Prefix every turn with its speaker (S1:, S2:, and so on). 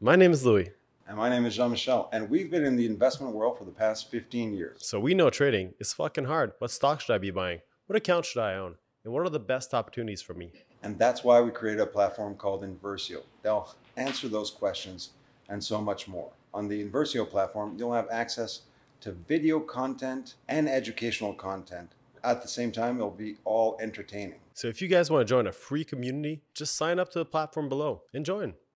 S1: My name is Louis,
S2: And my name is Jean Michel, and we've been in the investment world for the past 15 years.
S1: so we know trading is fucking hard. What stock should I be buying? What account should I own? And what are the best opportunities for me?
S2: And that's why we created a platform called Inversio. They'll answer those questions and so much more. On the Inversio platform, you'll have access to video content and educational content. At the same time, it'll be all entertaining.
S1: So if you guys want to join a free community, just sign up to the platform below and join.